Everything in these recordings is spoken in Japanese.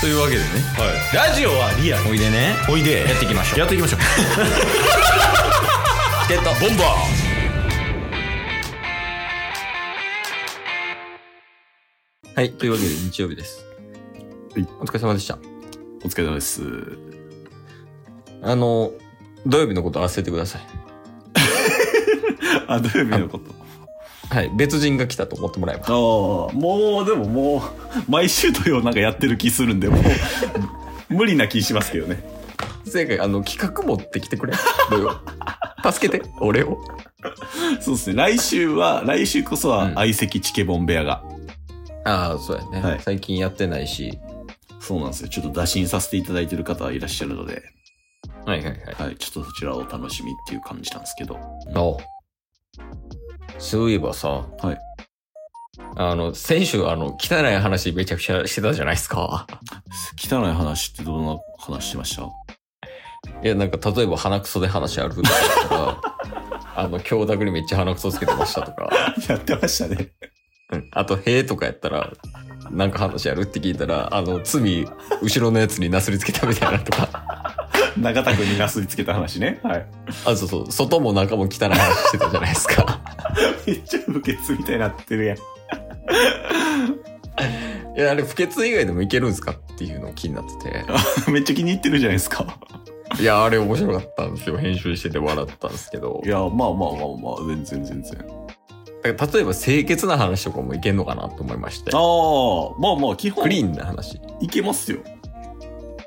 というわけでねラジオはリアルおいでねおいでやっていきましょうやっていき ましょうチケットボンバーはいというわけで日曜日です、はいお疲れ様でしたお疲れ様ですあの土曜日のこと忘れてください あ土曜日のことはい別人が来たと思ってもらえばああもうでももう毎週土曜なんかやってる気するんでもう 無理な気しますけどね正解あの企画持ってきてくれ土 曜助けて俺をそうですね来週は来週こそうはん相席チケボン部屋が、ああそうやね、はい最近やってないしそうなんですよちょっと打診させていただいてる方いらっしゃるので、はいはいはいはい、ちょっとそちらをお楽しみっていう感じなんですけどおそういえばさ、はいあの、先週、あの、汚い話めちゃくちゃしてたじゃないですか。汚い話ってどんな話しました いや、なんか、例えば鼻くそで話あると か、あの、教託にめっちゃ鼻くそつけてましたとか、やってましたね。うんあと、へえとかやったら、なんか話やるって聞いたら、あの、罪、後ろのやつになすりつけたみたいなと か、中田君になすりつけた話ね。はい。あ、そうそう、外も中も汚い話してたじゃないですか。 めっちゃ無血みたいになってるやん。いや、あれ、不潔以外でもいけるんすかっていうのを気になってて。めっちゃ気に入ってるじゃないですか。 いや、あれ面白かったんですよ。編集してて笑ったんですけどい。や、まあまあまあまあ、全然全然。だから例えば清潔な話とかもいけんのかなと思いましてあ。あ、まあまあ、基本ク、リーンな話。いけますよ。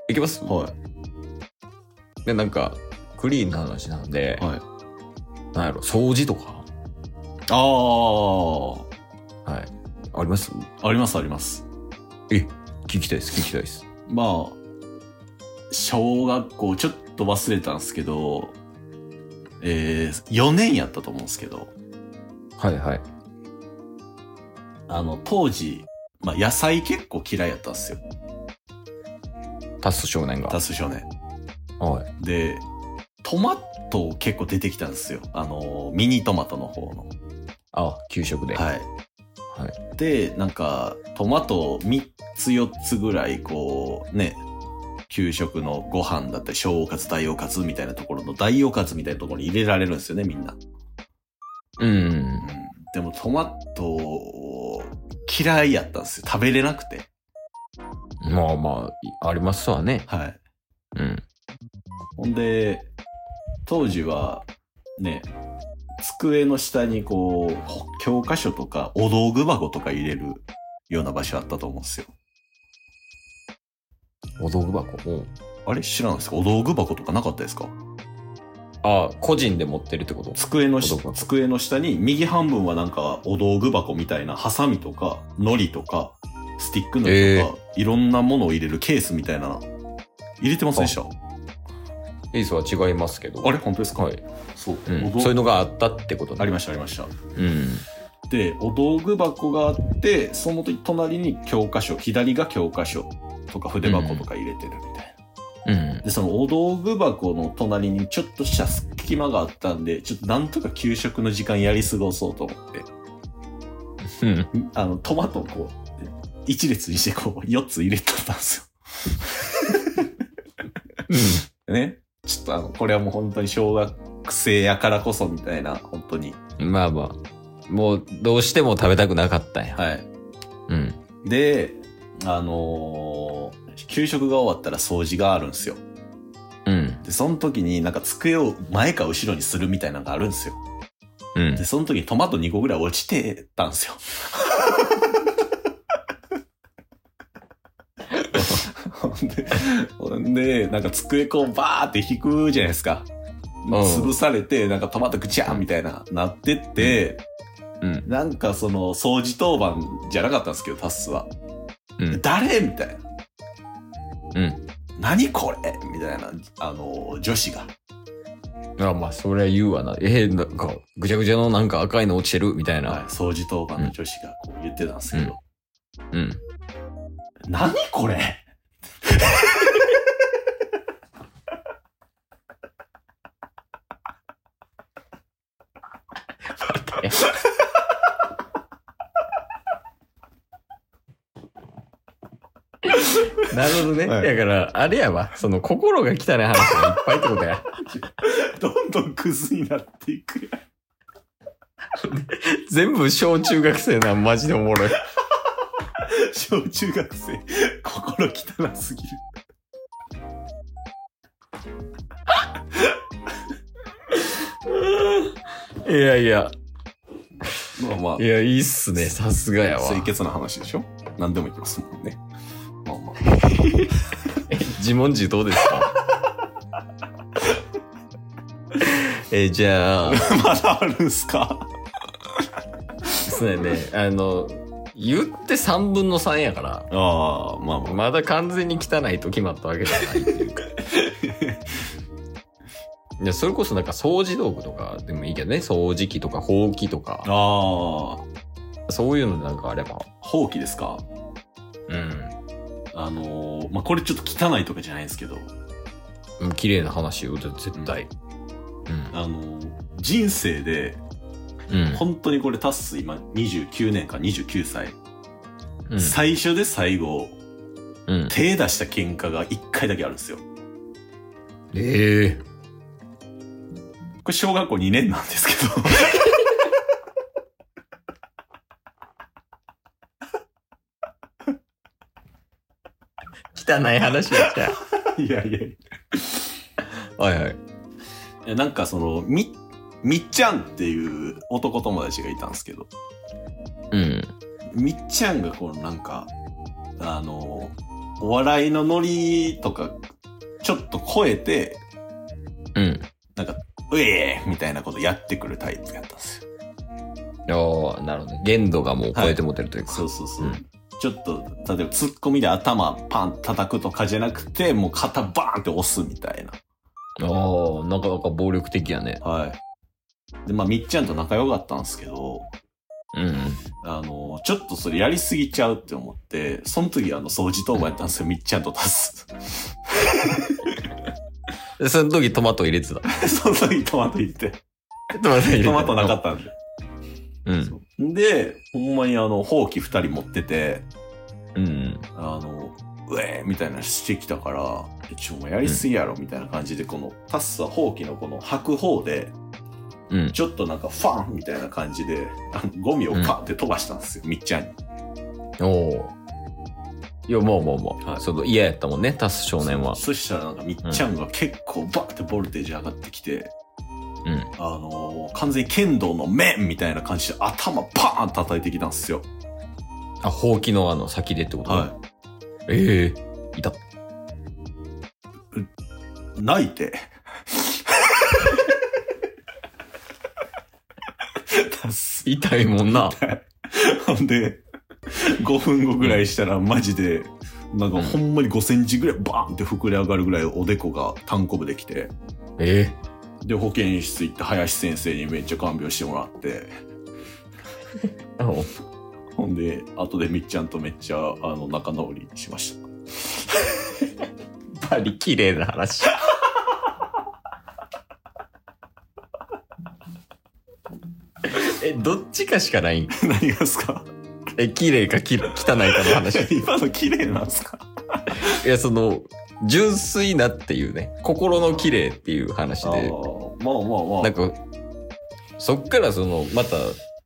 いけますはで、なんか、クリーンな話なんで、い。はい。なんやろ、掃除とか、あはい。ありますあ、ありますあります。え、聞きたいです、聞きたいです。まあ、小学校、ちょっと忘れたんですけど、えー、4年やったと思うんですけど、はいはい。あの、当時、まあ、野菜結構嫌いやったんですよ。タス少年が。タス少年。はい。でトマト結構出てきたんですよあのミニトマトの方のあ、給食で。はい、はでなんかトマト3つ4つぐらいこうね給食のご飯だったり小おかず大おかずみたいなところの大おかずみたいなところに入れられるんですよねみんな、うん、うん。でもトマトを嫌いやったんですよ食べれなくてまあまあ、ありますわね。はいうん。ほんで、当時は、ね、机の下にこう、ほ教科書とかお道具箱とか入れるような場所あったと思うんですよ。お道具箱も。あれ知らないですかお道具箱とかなかったですかあ、個人で持ってるってこと机のお道具し箱机の下に右半分はなんかお道具箱みたいなハサミとか糊とかスティック糊とか、いろんなものを入れるケースみたいな入れてませんでしたあエースは違いますけど。れ本当ですか、はい。そう、うんお。道そういうのがあったってことねありましたありましたうん。でお道具箱があってその時隣に教科書左が教科書とか筆箱とか入れてるみたいな、うん。でそのお道具箱の隣にちょっとした隙間があったんでちょっとなんとか給食の時間やり過ごそうと思ってうん。あのトマトをこう一列にしてこう4つ入れてたんですよねちょっとあのこれはもう本当に小学生やからこそみたいな本当にまあまあ。もう、どうしても食べたくなかったんや。はいうん。であのー給食が終わったら掃除があるんですようん。で、その時になんか机を前か後ろにするみたいなのがあるんですよ。うんで、。その時にトマト2個ぐらい落ちてたんで すよ。ほんで、ほんで、なんか机こうバーって引くじゃないですか。ん潰されて、なんかトマトぐちゃーみたいな、なってって、うん。なんかその掃除当番じゃなかったんですけど、タッスは。うん誰みたいな。うん。何これみたいな、あの、女子が。あまあ、そりゃ言うわな。えー、なんか、ぐちゃぐちゃのなんか赤いの落ちてるみたいな。はい、掃除当番の女子がこう言ってたんですけど、うん。何これ なるほどね。はいだから、あれやわ。その、心が汚い話がいっぱいってことや。どんどんクズになっていくやん 全部小中学生なん、マジでおもろい。小中学生心汚すぎる いやいや、まあまあいや、いいっすね。さすがやわ。清潔な話でしょ何でもいきますもんねまあまあ 自問自答ですか え、じゃあ、 まだあるんすかそうやね。あの、言って3分の3やから。ああ、まあまあ。まだ完全に汚いと決まったわけじゃないって いうか。いや、それこそなんか掃除道具とかでもいいけどね。掃除機とかほうきとか、ああ、そういうのなんかあれば。ほうきですかうん。あのーまあ、これちょっと汚いとかじゃないんですけど、うん綺麗な話よ、絶対。あのー人生で、うん。うん本当にこれタッス今29年か29歳、うん。最初で最後、うん。手出した喧嘩が1回だけあるんですよ。ええこれ小学校2年なんですけど。 汚い話やっちゃ。いやいやいうはいはい。や。なんかその、み、みっちゃんっていう男友達がいたんですけど、うん。みっちゃんがこのなんか、あの、お笑いのノリとか、ちょっと超えて、うん。うえーみたいなことやってくるタイプやったんですよ。ああ、なるほどね。限度がもう超えてもてるというか。そうそうそう。うんちょっと、例えばツッコミで頭パン叩くとかじゃなくて、もう肩バーンって押すみたいな。ああ、なかなか暴力的やね。はい。で、まあ、みっちゃんと仲良かったんですけど、うん。あの、ちょっとそれやりすぎちゃうって思って、その時あの、掃除当番やったんですよ、みっちゃんと立す。でその時トマト入れてた。 その時トマト入れて。トマト入トマトなかったんで。うん。で、ほんまにあの、ほうき二人持ってて、うん。あの、うえーみたいなのしてきたから、ちょ、お前やりすぎやろ、みたいな感じで、この、タッスはほうきのこの吐く方で、うん。ちょっとなんかファンみたいな感じで、あのゴミをパンって飛ばしたんですよ、みっちゃんに。おお。いや、まあまあまはあ。いその嫌やったもんね、タス少年は。そそしたらなんかみっちゃんが結構バーってボルテージ上がってきて、うん。あのー完全に剣道の面みたいな感じで頭パーン叩いてきたんですよ。あ、ほうきのあの先でってことはい。い。ええいた。泣いて。 出す痛いもんな。ほんで、5分後ぐらいしたらマジで、なんかほんまに5センチぐらいバーンって膨れ上がるぐらいおでこが単コブできて、えで、保健室行って林先生にめっちゃ看病してもらって、えおほんで、後でみっちゃんとめっちゃ、あの、仲直りしました。やっぱり綺麗な話。 え、どっちかしかないん 何がですかえ、綺麗かき汚いかの話。い今の綺麗なんですかや、その、純粋なっていうね、心の綺麗っていう話あで、ーまあまあまなんか、そっからその、また、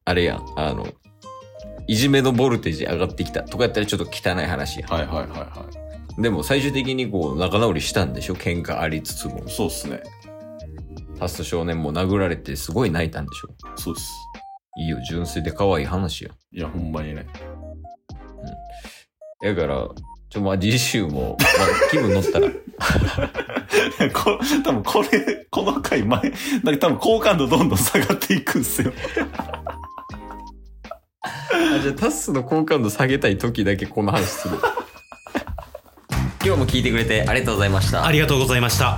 あれやん、あの、いじめのボルテージ上がってきたとかやったらちょっと汚い話やん。あ。はいはいはいはでも最終的にこう仲直りしたんでしょ喧嘩ありつつもい。。そうっすね。タス少年も殴られてすごい泣いたんでしょそうです。いいよ、純粋で可愛い話や。いや、ほんまにね。だから、ちょ、まあ、次週も、まあ、気分乗ったら、 こ多分これ、この回前、なんか多分好感度どんどん下がっていくんですよ。あじゃあタッスの好感度下げたい時だけこの話する 今日も聞いてくれてありがとうございましたありがとうございました。